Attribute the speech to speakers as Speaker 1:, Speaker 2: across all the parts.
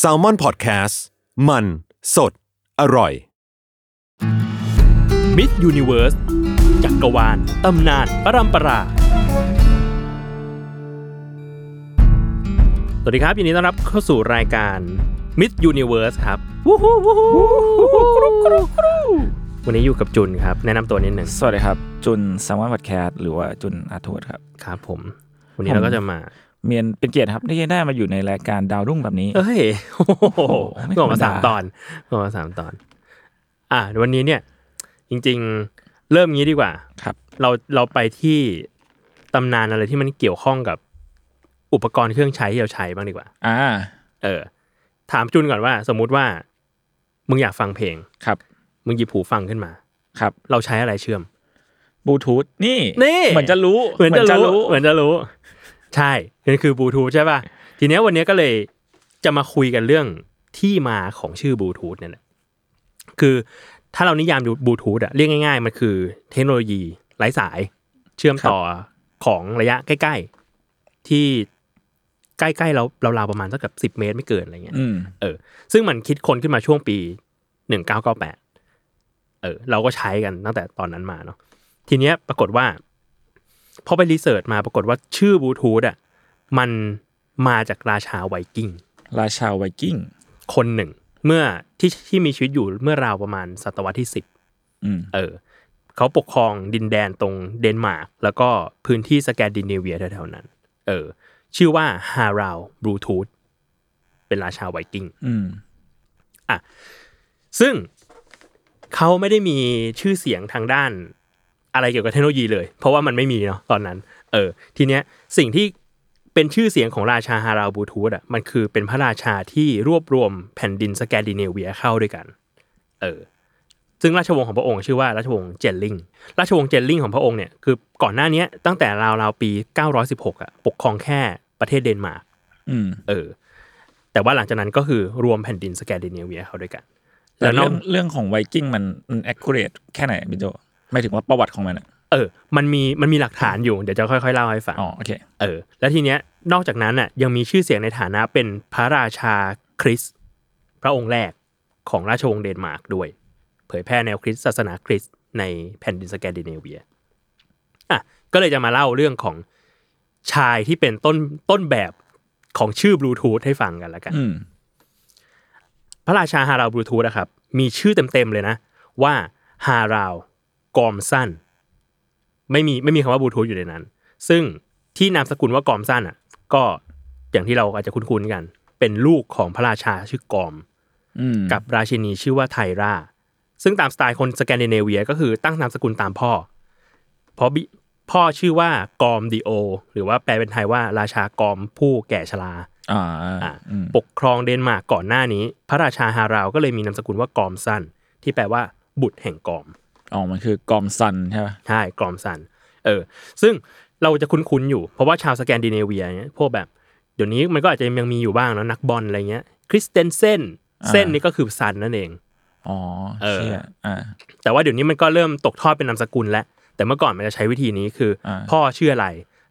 Speaker 1: s a l ม o n PODCAST มัน สด อร่อย
Speaker 2: มิสยูนิเวิร์สจักรวาล ตำนาน ประรำปรา สวัสดีครับ ยินดีต้อนรับเข้าสู่รายการมิสยูนิเวิร์สครับวู้ฮู้วู้ฮู้วันนี้อยู่กับจุนครับ แนะนำตัวนิดหนึ่ง
Speaker 3: สวัสดีครับ จุนแซมมอนพอดแคสต์หรือว่าจุนอาโทษครับ
Speaker 2: ครับผม วันนี้เราก็จะมา
Speaker 3: เมียนเป็นเกียรติครับที่ได้มาอยู่ในรายการดาวรุ่งแบบนี้
Speaker 2: เอ้ยโอ้โห
Speaker 3: ไม่
Speaker 2: ง
Speaker 3: ธร
Speaker 2: อก
Speaker 3: รมดา
Speaker 2: มาสามตอนงอกมาสามตอน อ่ะวันนี้เนี่ย จริงๆ เริ่มงี้ดีกว่า
Speaker 3: ครับ
Speaker 2: เราเราไปที่ตำนานอะไรที่มันเกี่ยวข้องกับอุปกรณ์เครื่องใช้ที่เราใช้บ้างดีกว่า
Speaker 3: อ่า
Speaker 2: เออ ถามจุนก่อนว่า สมมุติว่า มึงอยากฟังเพลง
Speaker 3: ครับ
Speaker 2: มึงหยิบหูฟังขึ้นมา
Speaker 3: ครับ
Speaker 2: เราใช้อะไรเชื่อม
Speaker 3: บลูทูธนี่
Speaker 2: นี่
Speaker 3: เหมือนจะรู้
Speaker 2: เหมือนจะรู้เหมือนจะรู้ ใช่นั่นคือบลูทูธใช่ป่ะ ทีเนี้ยวันเนี้ยก็เลยจะมาคุยกันเรื่องที่มาของชื่อบลูทูธเนี่ยแหละคือถ้าเรานิยามบลูทูธอะเรียกง่ายๆ มันคือเทคโนโลยีไร้สายเชื่อมต่อของระยะใกล้ ๆ ที่ใกล้ๆเราเราๆประมาณสักกับสิบ10 เมตรไม่เกินอะไรเงี้ย
Speaker 3: อืม
Speaker 2: เออซึ่งมันคิดคนขึ้นมาช่วงปีหนึ่งเก้าเก้าแปดเออ เราก็ใช้กันตั้งแต่ตอนนั้นมาเนาะทีเนี้ยปรากฏว่าพอไปรีเสิร์ชมาปรากฏว่าชื่อบลูทูธอ่ะมันมาจากราชาไวกิ้ง
Speaker 3: ราชาไวกิ้ง
Speaker 2: คนหนึ่ง เมื่อที่ที่มีชีวิตอยู่เมื่อราวประมาณศตวรรษที่สิบ
Speaker 3: อืม
Speaker 2: เออ เขาปกครองดินแดนตรงเดนมาร์กแล้วก็พื้นที่สแกนดิเนเวียแถวๆนั้น เออ ชื่อว่าฮาราวบลูทูธเป็นราชาไวกิ้ง
Speaker 3: อืม
Speaker 2: ซึ่งเขาไม่ได้มีชื่อเสียงทางด้านอะไรเกี่ยวกับเทคโนโลยีเลย เพราะว่ามันไม่มีเนาะตอนนั้น เออ ทีเนี้ยสิ่งที่เป็นชื่อเสียงของราชาฮาราบูทูธอ่ะมันคือเป็นพระราชาที่รวบรวมแผ่นดินสแกนดิเนเวียเข้าด้วยกัน เออ ซึ่งราชวงศ์ของพระองค์ชื่อว่าราชวงศ์เจลลิง ราชวงศ์เจลลิงของพระองค์เนี่ยคือก่อนหน้าเนี้ยตั้งแต่ราวราวๆปี 916อ่ะปกครองแค่ประเทศเดนมาร์ก
Speaker 3: อืม
Speaker 2: เออ แต่ว่าหลังจากนั้นก็คือรวมแผ่นดินสแกนดิเนเวียเข้าด้วยกัน
Speaker 3: แต่
Speaker 2: แล้วนอก
Speaker 3: เรื่องเรื่องของไวกิ้งมันมัน accurate แค่ไหนพี่โจไม่ถึงว่าประวัติของมันอะ
Speaker 2: เออ มันมี มันมีหลักฐานอยู่ เดี๋ยวจะค่อยๆเล่าให้ฟัง
Speaker 3: อ๋อโอเค
Speaker 2: เออ แล้วทีเนี้ย นอกจากนั้นน่ะ ยังมีชื่อเสียงในฐานะเป็นพระราชาคริสต์พระองค์แรกของราชวงศ์เดนมาร์กด้วย เผยแพร่แนวคริสต์ศาสนาคริสต์ในแผ่นดินสแกนดิเนเวีย อ่ะ ก็เลยจะมาเล่าเรื่องของชายที่เป็นต้น ต้นแบบของชื่อบลูทูธให้ฟังกันละกัน
Speaker 3: อืม
Speaker 2: พระราชาฮาราวบลูทูธนะครับ มีชื่อเต็มๆเลยนะ ว่าฮาราวกอมสั้น ไม่มีไม่มีคำว่าบลูทูธอยู่ในนั้น ซึ่งที่นามสกุลว่ากอมสั้นอ่ะ ก็อย่างที่เราอาจจะคุ้นๆกัน เป็นลูกของพระราชาชื่อกอม
Speaker 3: อืม
Speaker 2: กับราชินีชื่อว่าไทราซึ่งตามสไตล์คนสแกนดิเนเวียก็คือตั้งนามสกุลตามพ่อ เพราะบิพ่อชื่อว่ากอมดีโอ หรือว่าแปลเป็นไทยว่าราชากอมผู้แก่ชรา
Speaker 3: อ่า
Speaker 2: อ่ะ
Speaker 3: อืม
Speaker 2: ปกครองเดนมาร์กก่อนหน้านี้ พระราชาฮาราวก็เลยมีนามสกุลว่ากอมสันที่แปลว่าบุตรแห่งกอม
Speaker 3: อ๋อมันคือกอมซันใช่ป่ะ
Speaker 2: ใช่กอมสันเออ ซึ่งเราจะคุ้นๆอยู่ เพราะว่าชาวสแกนดิเนเวียเนี่ยพวกแบบ เดี๋ยวนี้มันก็อาจจะยังมีอยู่บ้างเนอะนักบอลอะไรเงี้ยคริสเตนเซนเส้นนี่ก็คือซันนั่นเอง
Speaker 3: อ๋อ
Speaker 2: เออ
Speaker 3: เชี่ยอ่า
Speaker 2: แต่ว่าเดี๋ยวนี้มันก็เริ่มตกทอดเป็นนามสกุลแล้ว แต่เมื่อก่อนมันจะใช้วิธีนี้คือ
Speaker 3: อ่า
Speaker 2: พ่อชื่ออะไร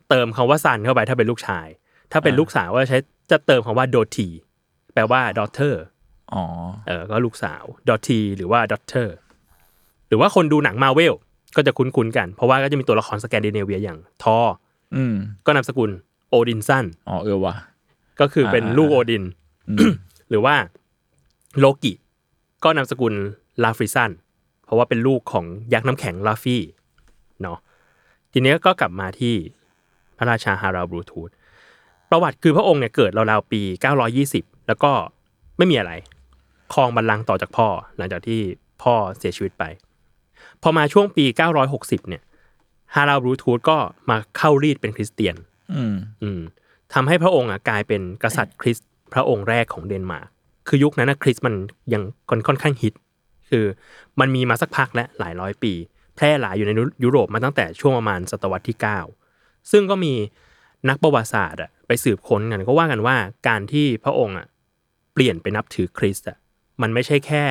Speaker 2: เติมคำว่าซันเข้าไปถ้าเป็นลูกชาย ถ้าเป็นลูกสาวก็จะใช้จะเติมคำว่าโดทีแปลว่าดอเตอร์
Speaker 3: อ๋อ
Speaker 2: เออก็ลูกสาวดอททีหรือว่าดอทเตอร์หรือว่าคนดูหนังมาเวลก็จะคุ้นๆกัน เพราะว่าก็จะมีตัวละครสแกนดิเนเวียอย่างทอร์
Speaker 3: อืม
Speaker 2: ก็นามสกุลโอดินสัน
Speaker 3: อ๋อเออว่ะ
Speaker 2: ก็คือเป็น
Speaker 3: อ่า
Speaker 2: ลูกโอดิน
Speaker 3: อืม
Speaker 2: หรือว่าโลกิก็นามสกุลลาฟริสันเพราะว่าเป็นลูกของยักษ์น้ำแข็งลาฟี่เนาะทีเนี้ยก็กลับมาที่พระราชาฮาราบลูทูธประวัติคือพระองค์เนี่ยเกิดราวๆปี 920 แล้วก็ไม่มีอะไรครองบัลลังก์ต่อจากพ่อ หลังจากที่พ่อเสียชีวิตไป พอมาช่วงปี 960 เนี่ยฮาราบลูทูธก็มาเข้ารีดเป็นคริสเตียน
Speaker 3: อืม
Speaker 2: อืมทำให้พระองค์อ่ะกลายเป็นกษัตริย์คริสต์พระองค์แรกของเดนมาร์กคือยุคนั้นนะคริสต์มันยังค่อนค่อนข้างฮิต คือมันมีมาสักพักและหลายร้อยปี แพร่หลายอยู่ในยุโรปมาตั้งแต่ช่วงประมาณศตวรรษที่ 9 ซึ่งก็มีนักประวัติศาสตร์อ่ะไปสืบค้นกันก็ว่ากันว่าการที่พระองค์อ่ะเปลี่ยนไปนับถือคริสต์อ่ะมันไม่ใช่แค่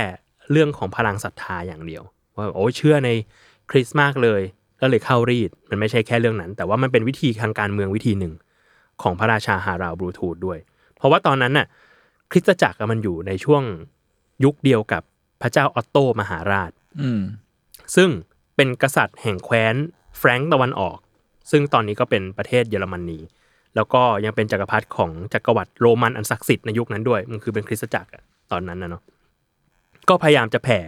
Speaker 2: เรื่องของพลังศรัทธาอย่างเดียว ว่าโอ้ยเชื่อในคริสต์มากเลยก็เลยเข้ารีดมันไม่ใช่แค่เรื่องนั้น แต่ว่ามันเป็นวิธีทางการเมืองวิธีหนึ่ง ของพระราชาฮาราวบลูทูธด้วย เพราะว่าตอนนั้นน่ะคริสตจักรอะมันอยู่ในช่วงยุคเดียวกับพระเจ้าออตโตมหาราช
Speaker 3: อืม
Speaker 2: ซึ่งเป็นกษัตริย์แห่งแคว้นแฟรงก์ตะวันออก ซึ่งตอนนี้ก็เป็นประเทศเยอรมนี แล้วก็ยังเป็นจักรพรรดิของจักรวรรดิโรมันอันศักดิ์สิทธิ์ในยุคนั้นด้วย มันคือเป็นคริสตจักรอะตอนนั้นนะเนาะ ก็พยายามจะแผ่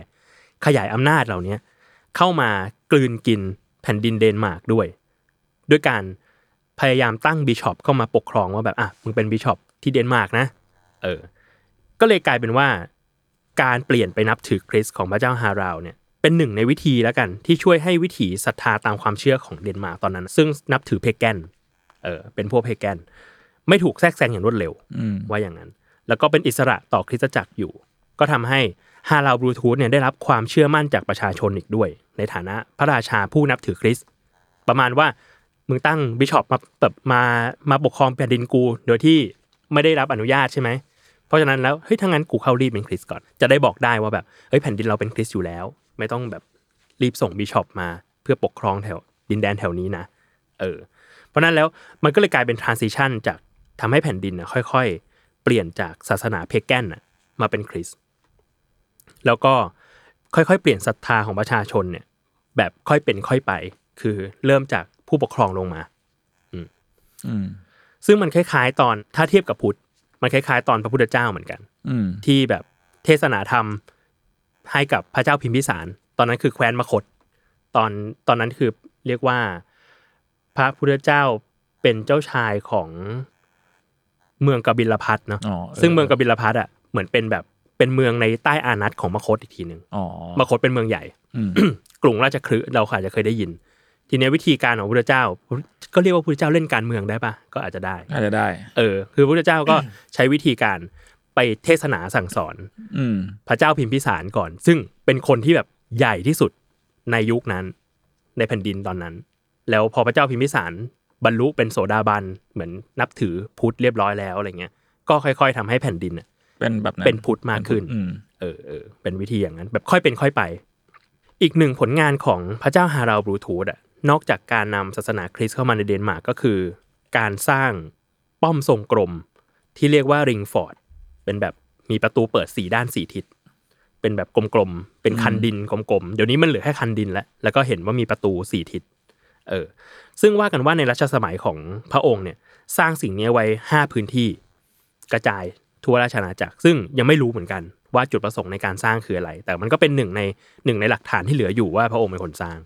Speaker 2: ขยายอำนาจเหล่านี้เข้ามากลืนกินแผ่นดินเดนมาร์กด้วย ด้วยการพยายามตั้งบิชอปเข้ามาปกครองว่าแบบอ่ะมึงเป็นบิชอปที่เดนมาร์กนะ เออ ก็เลยกลายเป็นว่าการเปลี่ยนไปนับถือคริสต์ของพระเจ้าฮาราวเนี่ยเป็นหนึ่งในวิธีแล้วกัน ที่ช่วยให้วิถีศรัทธาตามความเชื่อของเดนมาร์กตอนนั้น ซึ่งนับถือเพแกนเออเป็นพวกเพแกนไม่ถูกแทรกแซงอย่างรวดเร็ว
Speaker 3: อืม
Speaker 2: ว่าอย่างนั้น แล้วก็เป็นอิสระต่อคริสตจักรอยู่ ก็ทำให้ฮาราลบลูทูธเนี่ยได้รับความเชื่อมั่นจากประชาชนอีกด้วย ในฐานะพระราชาผู้นับถือคริสต์ประมาณว่ามึงตั้งบิชอปมาแบบมามาปกครองแผ่นดินกู โดยที่ไม่ได้รับอนุญาตใช่ไหม เพราะฉะนั้นแล้วเฮ้ยถ้างั้นกูเข้ารีบเป็นคริสต์ก่อนจะได้บอกได้ว่าแบบเฮ้ยแผ่นดินเราเป็นคริสต์อยู่แล้ว ไม่ต้องแบบรีบส่งบิชอปมาเพื่อปกครองแถวดินแดนแถวนี้นะเออ เพราะฉะนั้นแล้วมันก็เลยกลายเป็นทรานซิชันจากทำให้แผ่นดินนะค่อย ๆ เปลี่ยนจากศาสนาเพแกนน่ะมาเป็นคริสต์แล้วก็ค่อยๆ เปลี่ยนศรัทธาของประชาชนเนี่ย แบบค่อยเป็นค่อยไป คือเริ่มจากผู้ปกครองลงมา
Speaker 3: อืม
Speaker 2: ซึ่งมันคล้ายๆ ตอนถ้าเทียบกับพุทธมันคล้ายๆ ตอนพระพุทธเจ้าเหมือนกัน
Speaker 3: อืม
Speaker 2: ที่แบบเทศนาธรรมให้กับพระเจ้าพิมพิสาร ตอนนั้นคือแคว้นมคต ตอนตอนนั้นคือเรียกว่า พระพุทธเจ้าเป็นเจ้าชายของเมืองกบิลพัทเนาะ
Speaker 3: อ๋อเออ
Speaker 2: ซึ่งเมืองกบิลพัทอ่ะเหมือนเป็นแบบเป็นเมืองในใต้อานัตของมคตอีกทีหนึ่ง
Speaker 3: อ๋อ
Speaker 2: มคตเป็นเมืองใหญ่
Speaker 3: อืม
Speaker 2: กรุงราชคฤห์เราอาจจะเคยได้ยิน ทีเนี้ยวิธีการของพระพุทธเจ้า ก็เรียกว่าพระพุทธเจ้าเล่นการเมืองได้ปะก็อาจจะได้
Speaker 3: น่าจะได้
Speaker 2: เออ คือพระพุทธเจ้าก็ ใช้วิธีการไปเทศนาสั่งสอน
Speaker 3: อืม
Speaker 2: พระเจ้าพิมพิสารก่อน ซึ่งเป็นคนที่แบบใหญ่ที่สุดในยุคนั้น ในแผ่นดินตอนนั้น แล้วพอพระเจ้าพิมพิสารบรรลุเป็นโสดาบันเหมือนนับถือพุทธเรียบร้อยแล้วอะไรเงี้ยก็ค่อย ๆทำให้แผ่นดินน่ะ
Speaker 3: เป็นแบบนั้น
Speaker 2: เป็นพุทธมากขึ้น
Speaker 3: อืม
Speaker 2: เออเออเป็นวิธีอย่างนั้น แบบค่อยเป็นค่อยไป อีกหนึ่งผลงานของพระเจ้าฮาราลบลูทูธอ่ะนอกจากการนำศาสนาคริสต์เข้ามาในเดนมาร์กก็คือ การสร้างป้อมทรงกลม ที่เรียกว่าริงฟอร์ดเป็นแบบมีประตูเปิดสี่ด้านสี่ทิศ เป็นแบบกลมๆ เป็นคันดินกลมๆ เดี๋ยวนี้มันเหลือแค่คันดินแล้ว แล้วก็เห็นว่ามีประตูสี่ทิศเออซึ่งว่ากันว่าในรัชสมัยของพระองค์เนี่ยสร้างสิ่งนี้ไว้ห้าพื้นที่ กระจายทั่วราชอาณาจักร ซึ่งยังไม่รู้เหมือนกันว่าจุดประสงค์ในการสร้างคืออะไร แต่มันก็เป็นหนึ่งในหนึ่งในหลักฐานที่เหลืออยู่ว่าพระองค์เป็นคนสร้าง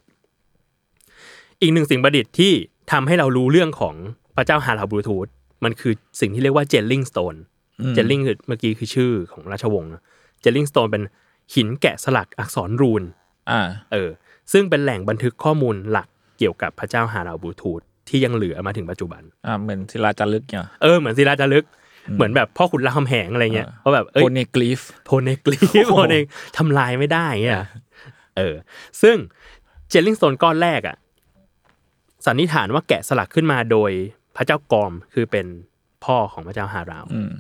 Speaker 2: อีกหนึ่งสิ่งประดิษฐ์ที่ทำให้เรารู้เรื่องของพระเจ้าฮาราบลูทูธมันคือสิ่งที่เรียกว่าเจลลิงสโตน
Speaker 3: อืม
Speaker 2: เจลลิงคือเมื่อกี้คือชื่อของราชวงศ์เจลลิงสโตนเป็นหินแกะสลักอักษรรูน
Speaker 3: อ่า
Speaker 2: เออซึ่งเป็นแหล่งบันทึกข้อมูลหลักเกี่ยวกับพระเจ้าฮาราบลูทูธที่ยังเหลือมาถึงปัจจุบัน
Speaker 3: อ่า เหมือนศิลาจารึกเนี่ย
Speaker 2: เออเหมือนศิลาจารึกเหมือนแบบพ่อขุนรามคำแหงอะไรเงี้ย
Speaker 3: อ่า
Speaker 2: เพราะแบบเอ้
Speaker 3: โพ
Speaker 2: ย
Speaker 3: เนกลีฟ
Speaker 2: โพเนกลีฟโพเนกทำลายไม่ได้เงี้ยเออ ซึ่งเจลลิงสโตนก้อนแรกอ่ะสันนิษฐานว่าแกะสลักขึ้นมาโดยพระเจ้ากอมคือเป็นพ่อของพระเจ้าฮาราม
Speaker 3: อืม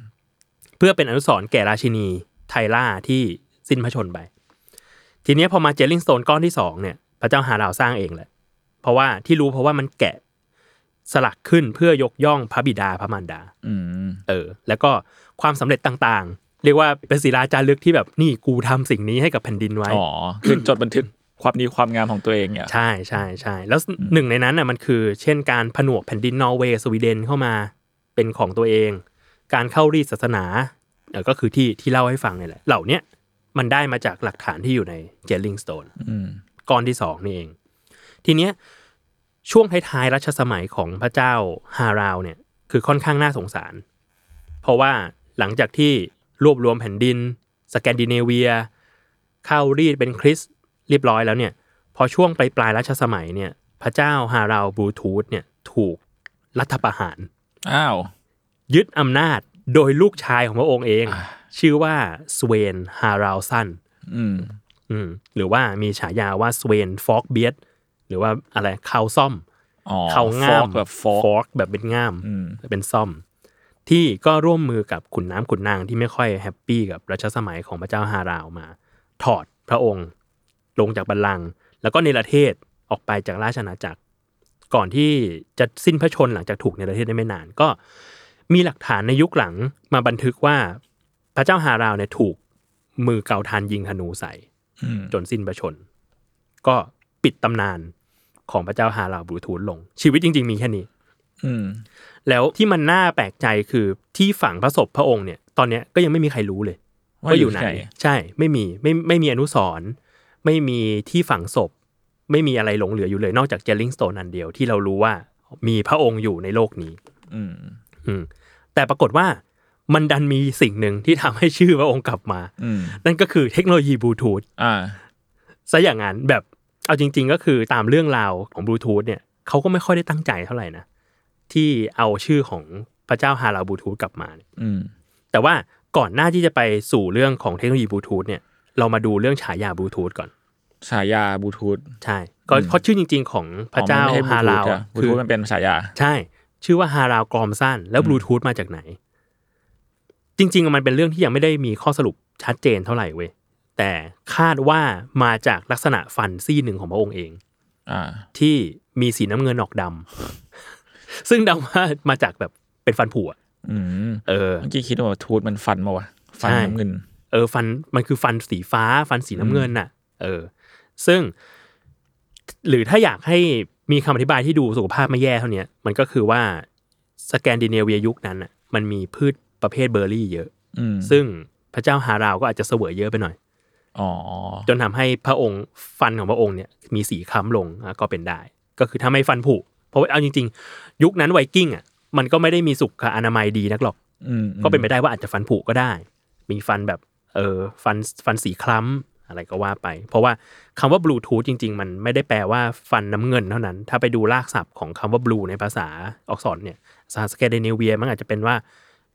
Speaker 2: เพื่อเป็นอนุสรณ์แก่ราชินีไทล่าที่สิ้นพระชนม์ไป ทีเนี้ยพอมาเจลลิงสโตนก้อนที่สองเนี่ยพระเจ้าฮาราวสร้างเองแหละเพราะว่าที่รู้เพราะว่ามันแกะสลักขึ้นเพื่อยกย่องพระบิดาพระมารดา
Speaker 3: อืม
Speaker 2: เออแล้วก็ความสำเร็จต่างๆ เรียกว่าเป็นศิลาจารึกที่แบบนี่กูทำสิ่งนี้ให้กับแผ่นดินไว้
Speaker 3: อ๋อ คือจดบันทึกความดีความงามของตัวเองเนี่ย
Speaker 2: ใช่ใช่ใช่แล้วหนึ่งในนั้นน่ะมันคือ เช่นการผนวกแผ่นดินนอร์เวย์สวีเดนเข้ามาเป็นของตัวเอง การเข้ารีดศาสนาเออก็คือที่ที่เล่าให้ฟังเนี่ยแหละ เหล่าเนี้ยมันได้มาจากหลักฐานที่อยู่ในเจลลิงสโตน
Speaker 3: อืม
Speaker 2: ก้อนที่สองนี่เอง ทีเนี้ยช่วงท้ายๆรัชสมัยของพระเจ้าฮาราวเนี่ยคือค่อนข้างน่าสงสาร เพราะว่าหลังจากที่รวบรวมแผ่นดิน สแกนดิเนเวีย เข้ารีดเป็นคริสต์เรียบร้อยแล้วเนี่ย พอช่วงปลายปลายๆรัชสมัยเนี่ยพระเจ้าฮาราวบลูทูธเนี่ยถูกรัฐประหาร
Speaker 3: อ้าว
Speaker 2: ยึดอำนาจโดยลูกชายของพระองค์เอง ชื่อว่าสเวนฮาราวสัน
Speaker 3: อืม
Speaker 2: อืมหรือว่ามีฉายาว่าสเวนฟอกเบียดหรือว่าอะไรเขาซ่อม
Speaker 3: อ๋อ
Speaker 2: เขาง่าม
Speaker 3: fork แบบฟอก
Speaker 2: fork แบบเป็นง่าม
Speaker 3: อืม
Speaker 2: เป็นซ่อม ที่ก็ร่วมมือกับขุนน้ำขุนนางที่ไม่ค่อยแฮปปี้กับรัชสมัยของพระเจ้าฮาราวมา ถอดพระองค์ ลงจากบัลลังก์แล้วก็เนรเทศออกไปจากราชอาณาจักร ก่อนที่จะสิ้นพระชนม์หลังจากถูกเนรเทศได้ไม่นานก็ มีหลักฐานในยุคหลังมาบันทึกว่าพระเจ้าฮาราวเนี่ยถูกมือเกาทานยิงธนูใส่
Speaker 3: อืม
Speaker 2: จนสิ้นประชนม์ก็ปิดตำนานของพระเจ้าฮาราวบลูทูธลง ชีวิตจริง ๆ มีแค่นี้
Speaker 3: อืม
Speaker 2: แล้วที่มันน่าแปลกใจคือที่ฝังพระศพพระองค์เนี่ย ตอนเนี้ยก็ยังไม่มีใครรู้เลย ว่าอยู่ไหน
Speaker 3: ที่
Speaker 2: ใช่ ไม่มีไม่ไม่มีอนุสรณ์ไม่มีที่ฝังศพ ไม่มีอะไรหลงเหลืออยู่เลยนอกจากเจลลิงสโตนอันเดียวที่เรารู้ว่ามีพระองค์อยู่ในโลกนี้
Speaker 3: อืม
Speaker 2: อืมแต่ปรากฏว่ามันดันมีสิ่งหนึ่งที่ทำให้ชื่อพระองค์กลับมา
Speaker 3: อืม
Speaker 2: นั่นก็คือเทคโนโลยีบลูทูธ
Speaker 3: อ่า
Speaker 2: ซะอย่างนั้นแบบเอาจริง ๆ ก็คือตามเรื่องราวของบลูทูธเนี่ยเขาก็ไม่ค่อยได้ตั้งใจเท่าไหร่นะ ที่เอาชื่อของพระเจ้าฮาราบลูทูธกลับมาเนี่ย
Speaker 3: อืม
Speaker 2: แต่ว่าก่อนหน้าที่จะไปสู่เรื่องของเทคโนโลยีบลูทูธเนี่ยเรามาดูเรื่องฉายาบลูทูธก่อน
Speaker 3: ฉายาบลูทูธ
Speaker 2: ใช่ก็เพราะชื่อจริง ๆ ของพระเจ้าฮาราวอะ
Speaker 3: บลู
Speaker 2: คื
Speaker 3: ทู
Speaker 2: อ
Speaker 3: ธมันเป็นฉายา
Speaker 2: ใช่ ชื่อว่าฮาราวกรอมสั้นแล้วบลูทูธมาจากไหน จริง ๆ มันเป็นเรื่องที่ยังไม่ได้มีข้อสรุปชัดเจนเท่าไหร่เว้ยแต่คาดว่ามาจากลักษณะฟันซี่หนึ่งของพระองค์เอง
Speaker 3: อ่า
Speaker 2: ที่มีสีน้ำเงินออกดำ ซึ่งเดาว่ามาจากแบบเป็นฟันผุอะ
Speaker 3: อืม
Speaker 2: เออ
Speaker 3: เมื่อกี้คิดว่าทูธมันฟันมาวะฟัน
Speaker 2: ใช่
Speaker 3: น้ำเงิน
Speaker 2: เออฟันมันคือฟันสีฟ้า ฟันสีน้ำเงินน่ะ เออ ซึ่ง หรือถ้าอยากให้มีคำอธิบายที่ดูสุขภาพไม่แย่เท่าเนี้ยมันก็คือว่าสแกนดิเนเวียยุคนั้นน่ะ มันมีพืชประเภทเบอร์รี่เยอะ
Speaker 3: อืม
Speaker 2: ซึ่งพระเจ้าฮาราวก็อาจจะเสวยเยอะไปหน่อย
Speaker 3: อ๋อ
Speaker 2: จนทำให้พระองค์ฟันของพระองค์เนี่ยมีสีคล้ำลงอ่ะก็เป็นได้ ก็คือถ้าไม่ฟันผุเพราะว่าเอาจริง ๆ ยุคนั้นไวกิ้งอ่ะมันก็ไม่ได้มีสุขอนามัยดีนักหรอก
Speaker 3: อืม
Speaker 2: ก็เป็นไปได้ว่าอาจจะฟันผุก็ได้ มีฟันแบบเออฟันฟันสีคล้ำอะไรก็ว่าไป เพราะว่าคำว่าบลูทูธจริง ๆ มันไม่ได้แปลว่าฟันน้ำเงินเท่านั้น ถ้าไปดูรากศัพท์ของคำว่าบลูในภาษาออกษรเนี่ยภาษาสแกนดิเนเวียมันอาจจะเป็นว่า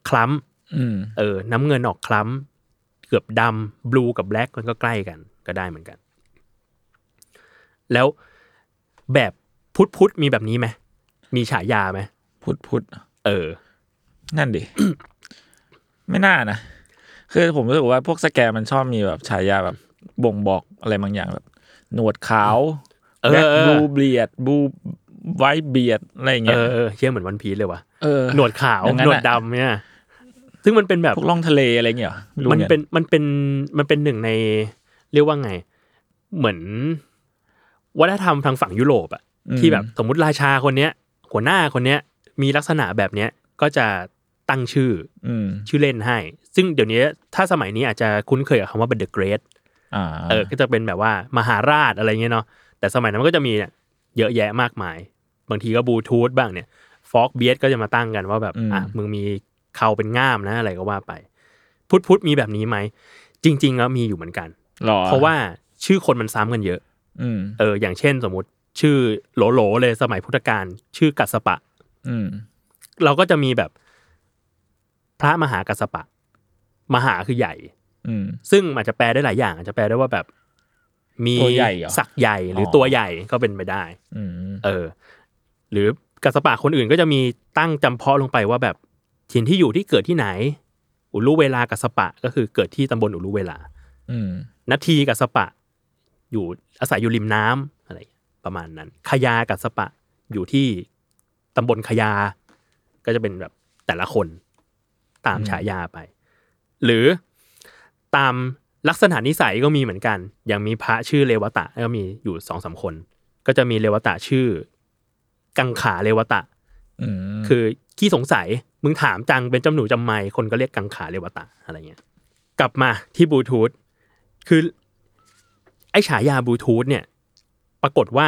Speaker 2: คล้ำ
Speaker 3: อืม
Speaker 2: เออ น้ำเงินออกคล้ำ เกือบดำบลูกับแบล็กมันก็ใกล้กัน ก็ได้เหมือนกัน แล้วแบบพุทธพุทธมีแบบนี้ไหม มีฉายาไหม
Speaker 3: พุทธพุทธ
Speaker 2: เออ
Speaker 3: นั่นดิ ไม่น่านะ คือผมรู้สึกว่าพวกสแกมมันชอบมีแบบฉายาแบบบ่งบอกอะไรบางอย่างแบบ หนวดขาว
Speaker 2: เออ
Speaker 3: แบล็คบลูเบียดบลูไวท์เบียดอะไรอย่าง
Speaker 2: เอ
Speaker 3: เงี้ย
Speaker 2: อเออเชี่ยเหมือนวันพีซเลยวะ
Speaker 3: เออ
Speaker 2: หนวดขาว
Speaker 3: อย่างนั้
Speaker 2: ห
Speaker 3: น
Speaker 2: น
Speaker 3: น่ะ
Speaker 2: วดดำเนี่ย ซึ่งมันเป็นแบบ
Speaker 3: พวกล่องทะเลอะไรอย่างเงี้ยหรอไรู้
Speaker 2: มัน
Speaker 3: หอกั
Speaker 2: เป็นมันเป็นมันเป็นหนึ่งในเรียกว่าไง เหมือน วัฒนธรรมทางฝั่งยุโรปอะที่แบบสมมติราชาคนเนี้ย หัวหน้าคนเนี้ย มีลักษณะแบบเนี้ยก็จะตั้งชื่อ
Speaker 3: อืม
Speaker 2: ชื่อเล่นให้ ซึ่งเดี๋ยวนี้ถ้าสมัยนี้อาจจะคุ้นเคยกับคำว่า The Great
Speaker 3: อ่า
Speaker 2: เออ ก็จะเป็นแบบว่ามหาราชอะไรเงี้ยเนาะ แต่สมัยนั้นมันก็จะมีเนี่ยเยอะแยะมากมาย บางทีก็บลูทูธบ้างเนี่ย ฟอกเบียดก็จะมาตั้งกันว่าแบบ อ่ะ มึงมีเขาเป็นง่ามนะอะไรก็ว่าไป พุทธพุทธมีแบบนี้ไหม จริงๆแล้วมีอยู่เหมือนกัน
Speaker 3: หรอ
Speaker 2: เพราะว่าชื่อคนมันซ้ำกันเยอะ
Speaker 3: อืม
Speaker 2: เออ อย่างเช่นสมมติชื่อโหลๆเลยสมัยพุทธกาลชื่อกัสสปะ
Speaker 3: อืม
Speaker 2: เราก็จะมีแบบพระมหากัสสปะ มหาคือใหญ่
Speaker 3: อืม
Speaker 2: ซึ่งอาจจะแปลได้หลายอย่างอาจจะแปลได้ว่าแบบ มี
Speaker 3: ตัวใหญ่เหรอ
Speaker 2: สักใหญ่หรืออ
Speaker 3: อ
Speaker 2: ตัวใหญ่ก็เป็นไปได้
Speaker 3: อืม
Speaker 2: เออ หรือกัสสปะคนอื่นก็จะมีตั้งจำเพาะลงไปว่าแบบถิ่นที่อยู่ที่เกิดที่ไหน อุลุเวลากัสสปะก็คือเกิดที่ตำบลอุลุเวลา
Speaker 3: อืม
Speaker 2: นาทีกัสสปะ อยู่อาศัยอยู่ริมน้ำอะไรประมาณนั้นขยากัสสปะอยู่ที่ตำบลขยา ก็จะเป็นแบบแต่ละคนตามฉายาไป หรือตามลักษณะนิสัยก็มีเหมือนกัน อย่างมีพระชื่อเลวตะก็มีอยู่สองสามคน ก็จะมีเลวตะชื่อ กังขาเลวตะ
Speaker 3: อืม
Speaker 2: คือขี้สงสัยมึงถามจังเป็นจำหนูจำไม่คนก็เรียกกังขาเรวตะอะไรเงี้ย กลับมาที่บลูทูธคือ ไอ้ฉายาบลูทูธเนี่ย ปรากฏว่า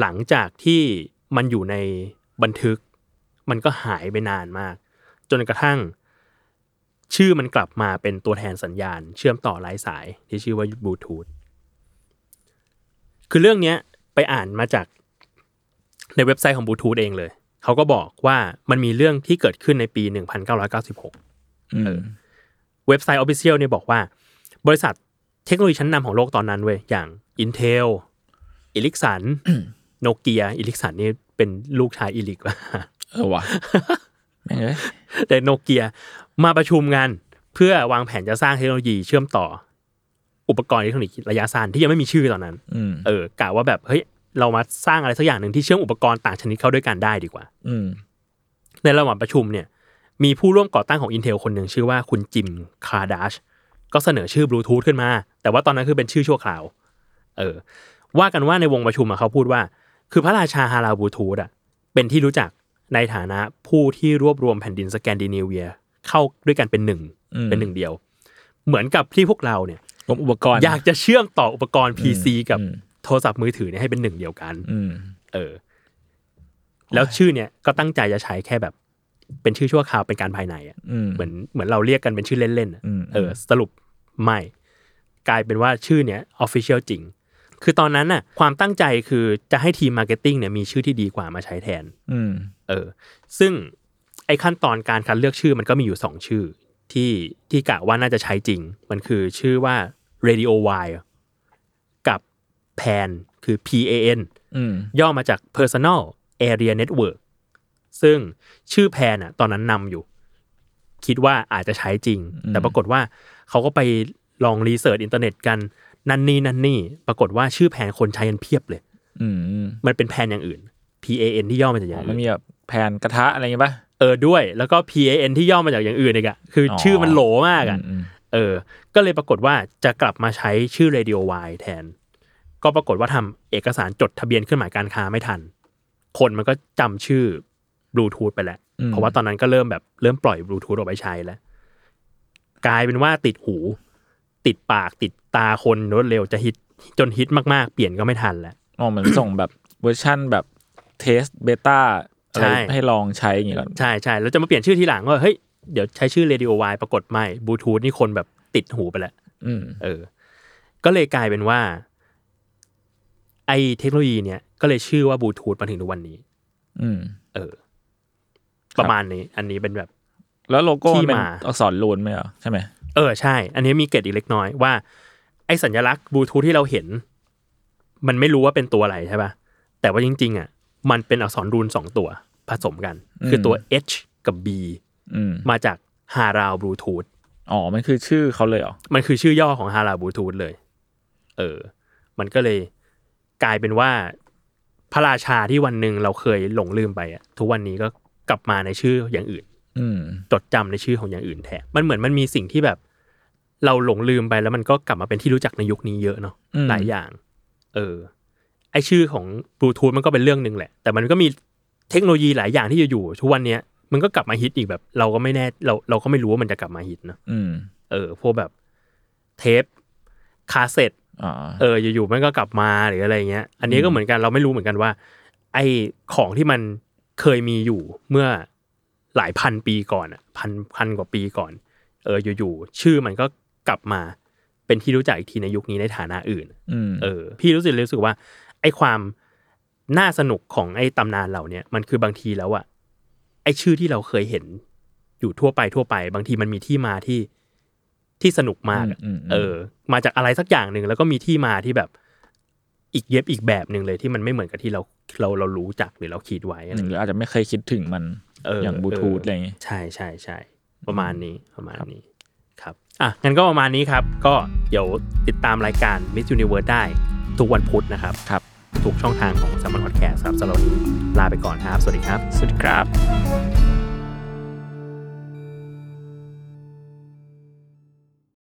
Speaker 2: หลังจากที่มันอยู่ในบันทึก มันก็หายไปนานมาก จนกระทั่ง ชื่อมันกลับมาเป็นตัวแทนสัญญาณ เชื่อมต่อไร้สายที่ชื่อว่าบลูทูธคือเรื่องเนี้ยไปอ่านมาจาก ในเว็บไซต์ของบลูทูธเองเลย เขาก็บอกว่ามันมีเรื่องที่เกิดขึ้นในปี 1996
Speaker 3: อืม
Speaker 2: เว็บไซต์ Official เนี่ยบอกว่า บริษัทเทคโนโลยีชั้นนำของโลกตอนนั้นเว้ย อย่าง Intel e l i x s o n Nokia e l i x s o n นี่เป็นลูกชาย e l i x ว่ะ
Speaker 3: เออว่ะแม่งเอ้ย
Speaker 2: แต่โนเกียมาประชุมกัน เพื่อวางแผนจะสร้างเทคโนโลยีเชื่อมต่อ อุปกรณ์อิเล็กทรอนิกส์ระยะสั้นที่ยังไม่มีชื่อตอนนั้น
Speaker 3: อืม
Speaker 2: เออกะว่าแบบเฮ้ยเรามาสร้างอะไรสักอย่างหนึ่งที่เชื่อมอุปกรณ์ต่างชนิดเข้าด้วยกันได้ดีกว่า
Speaker 3: อืม
Speaker 2: ในระหว่างประชุมเนี่ย มีผู้ร่วมก่อตั้งของ Intel คนหนึ่งชื่อว่าคุณจิมคาร์ดัชก็เสนอชื่อบลูทูธขึ้นมา แต่ว่าตอนนั้นคือเป็นชื่อชั่วคราว เออ ว่ากันว่าในวงประชุมอะเขาพูดว่า คือพระราชาฮาราบลูทูธอะเป็นที่รู้จักในฐานะผู้ที่รวบรวมแผ่นดินสแกนดิเนเวีย เข้าด้วยกันเป็นหนึ่ง
Speaker 3: อืม
Speaker 2: เป็นหนึ่งเดียว เหมือนกับที่พวกเราเนี่ย
Speaker 3: รวมอุปกรณ์
Speaker 2: อยากจะเชื่อมต่ออุปกรณ์ PC กับ
Speaker 3: อืม
Speaker 2: โทรศัพท์มือถือเนี่ยให้เป็นหนึ่งเดียวกัน
Speaker 3: อืม
Speaker 2: เออ แล้วชื่อเนี่ยก็ตั้งใจจะใช้แค่แบบ เป็นชื่อชั่วคราวเป็นการภายในอะ
Speaker 3: อืม
Speaker 2: เหมือนเหมือนเราเรียกกันเป็นชื่อเล่นๆอะ
Speaker 3: อืม
Speaker 2: เออ สรุปไม่ กลายเป็นว่าชื่อเนี้ยออฟฟิเชียลจริง คือตอนนั้นน่ะความตั้งใจคือจะให้ทีมมาร์เก็ตติ้งเนี่ยมีชื่อที่ดีกว่ามาใช้แทน
Speaker 3: อืม
Speaker 2: เออ ซึ่งไอ้ขั้นตอนการคัดเลือกชื่อมันก็มีอยู่ 2 ชื่อ ที่ที่กะว่าน่าจะใช้จริง มันคือชื่อว่า Radio Y กับ PAN คือ PAN
Speaker 3: อืม
Speaker 2: ย่อมาจาก Personal Area Network ซึ่งชื่อแพนอะตอนนั้นนำอยู่ คิดว่าอาจจะใช้จริง
Speaker 3: อืม
Speaker 2: แต่ปรากฏว่าเขาก็ไปลองรีเสิร์ชอินเทอร์เน็ตกันนั่นนี่นั่นนี่ ปรากฏว่าชื่อแพนคนใช้กันเพียบเลย
Speaker 3: อืม
Speaker 2: มันเป็นแพนอย่างอื่น PAN ที่ย่อมาจากอ
Speaker 3: อ๋อย่าง มัน
Speaker 2: อื่น
Speaker 3: มีแบบแผ่นกระทะอะไรอย่างงี้ป่ะ
Speaker 2: เออด้วย แล้วก็ PAN ที่ย่อมาจากอย่างอื่นอีกอะคืออ
Speaker 3: อ
Speaker 2: ชื่อมันโหลมากอะ
Speaker 3: อืม
Speaker 2: เออ ก็เลยปรากฏว่าจะกลับมาใช้ชื่อ Radio Y แทน ก็ปรากฏว่าทำเอกสารจดทะเบียนเครื่องหมายการค้าไม่ทัน คนมันก็จำชื่อบลูทูธไปแล้ว เพราะว่าตอนนั้นก็เริ่มแบบเริ่มปล่อยบลูทูธออกไปใช้แล้ว กลายเป็นว่าติดหู ติดปากติดตาคนรวดเร็วจะฮิตจนฮิตมากๆ เปลี่ยนก็ไม่ทันแล้ว
Speaker 3: อ๋อเหมือนส่งแบบเวอร์ชั่นแบบเทสเบต้าอะไร
Speaker 2: ใช่
Speaker 3: ให้ลองใช้อย่างงี้ก่อน
Speaker 2: ใช่ใช่แล้วจะมาเปลี่ยนชื่อทีหลังว่าเฮ้ยเดี๋ยวใช้ชื่อ Radio Y ปรากฏไม่บลูทูธนี่คนแบบติดหูไปแล้ว
Speaker 3: อืม
Speaker 2: เออ ก็เลยกลายเป็นว่า ไอเทคโนโลยีเนี่ย ก็เลยชื่อว่าบลูทูธมาถึงทุกวันนี้
Speaker 3: อืม
Speaker 2: เออ
Speaker 3: ครับ
Speaker 2: ประมาณนี้ อันนี้เป็นแบบ
Speaker 3: แล้วโลโก้
Speaker 2: ที่
Speaker 3: มันเป็น
Speaker 2: มา
Speaker 3: อักษรลูนไหมเหรอใช่ไหม
Speaker 2: เออใช่ อันนี้มีเกร็ดอีกเล็กน้อยว่า ไอสัญลักษณ์บลูทูธที่เราเห็น มันไม่รู้ว่าเป็นตัวอะไรใช่ปะแต่ว่าจริง ๆ อ่ะ มันเป็นอักษรรูนสองตัวผสมกัน คือตัว H กับ B
Speaker 3: อืม
Speaker 2: มาจากฮาราวบลูทูธ
Speaker 3: อ๋อ มันคือชื่อเขาเลยเหรอ
Speaker 2: มันคือชื่อย่อของฮาราบูทูธเลย เออ มันก็เลยกลายเป็นว่า พระราชาที่วันหนึ่งเราเคยหลงลืมไปอะทุกวันนี้ก็กลับมาในชื่ออย่างอื่น
Speaker 3: อืม
Speaker 2: จดจำในชื่อของอย่างอื่นแทน มันเหมือนมันมีสิ่งที่แบบ เราหลงลืมไปแล้วมันก็กลับมาเป็นที่รู้จักในยุคนี้เยอะเนาะ
Speaker 3: อืม
Speaker 2: หลายอย่าง เออ ไอชื่อของบลูทูธมันก็เป็นเรื่องหนึ่งแหละ แต่มันก็มีเทคโนโลยีหลายอย่างที่อยู่ๆทุกวันเนี้ยมันก็กลับมาฮิตอีกแบบ เราก็ไม่แน่เราเราก็ไม่รู้ว่ามันจะกลับมาฮิตเนอะ
Speaker 3: อืม
Speaker 2: เออพวกแบบเทปคาสเซ็ต
Speaker 3: อ๋อ
Speaker 2: เอออยู่ๆมันก็กลับมาหรืออะไรเงี้ย อันนี้ก็เหมือนกันเราไม่รู้เหมือนกันว่า ไอของที่มันเคยมีอยู่เมื่อหลายพันปีก่อนอะพันพันกว่าปีก่อน เอออยู่ๆชื่อมันก็กลับมาเป็นที่รู้จักอีกทีในยุคนี้ในฐานะอื่น
Speaker 3: อืม
Speaker 2: เออพี่รู้สึกเลยรู้สึกว่า ไอ้ความน่าสนุกของไอ้ตำนานเหล่าเนี้ยมันคือบางทีแล้วอะไอ้ชื่อที่เราเคยเห็นอยู่ทั่วไปทั่วไป บางทีมันมีที่มาที่ที่สนุกมากอะ
Speaker 3: อืมอืมอืม
Speaker 2: เออ มาจากอะไรสักอย่างหนึ่งแล้วก็มีที่มาที่แบบอีกเย็บอีกแบบหนึ่งเลยที่มันไม่เหมือนกับที่เราเราเรารู้จักหรือเราคิดไว้อะไร
Speaker 3: หรืออาจจะไม่เคยคิดถึงมัน
Speaker 2: เออ
Speaker 3: อ
Speaker 2: อย่าง
Speaker 3: บลูทูธ
Speaker 2: เ
Speaker 3: อะไรอย่างงี้
Speaker 2: ใช่ใช่ใช่ประมาณนี้ประมาณนี้ครับอ่ะงั้นก็ประมาณนี้ครับ ก็เดี๋ยวติดตามรายการ Miss Universe ได้ทุกวันพุธนะครับ
Speaker 3: ครับ
Speaker 2: ทุกช่องทางของ s ซ m มอนพอดแคสต์ครับสำหรับวันนี้ลาไปก่อนครับ สวัสดีครับ
Speaker 3: สวัสดีครับ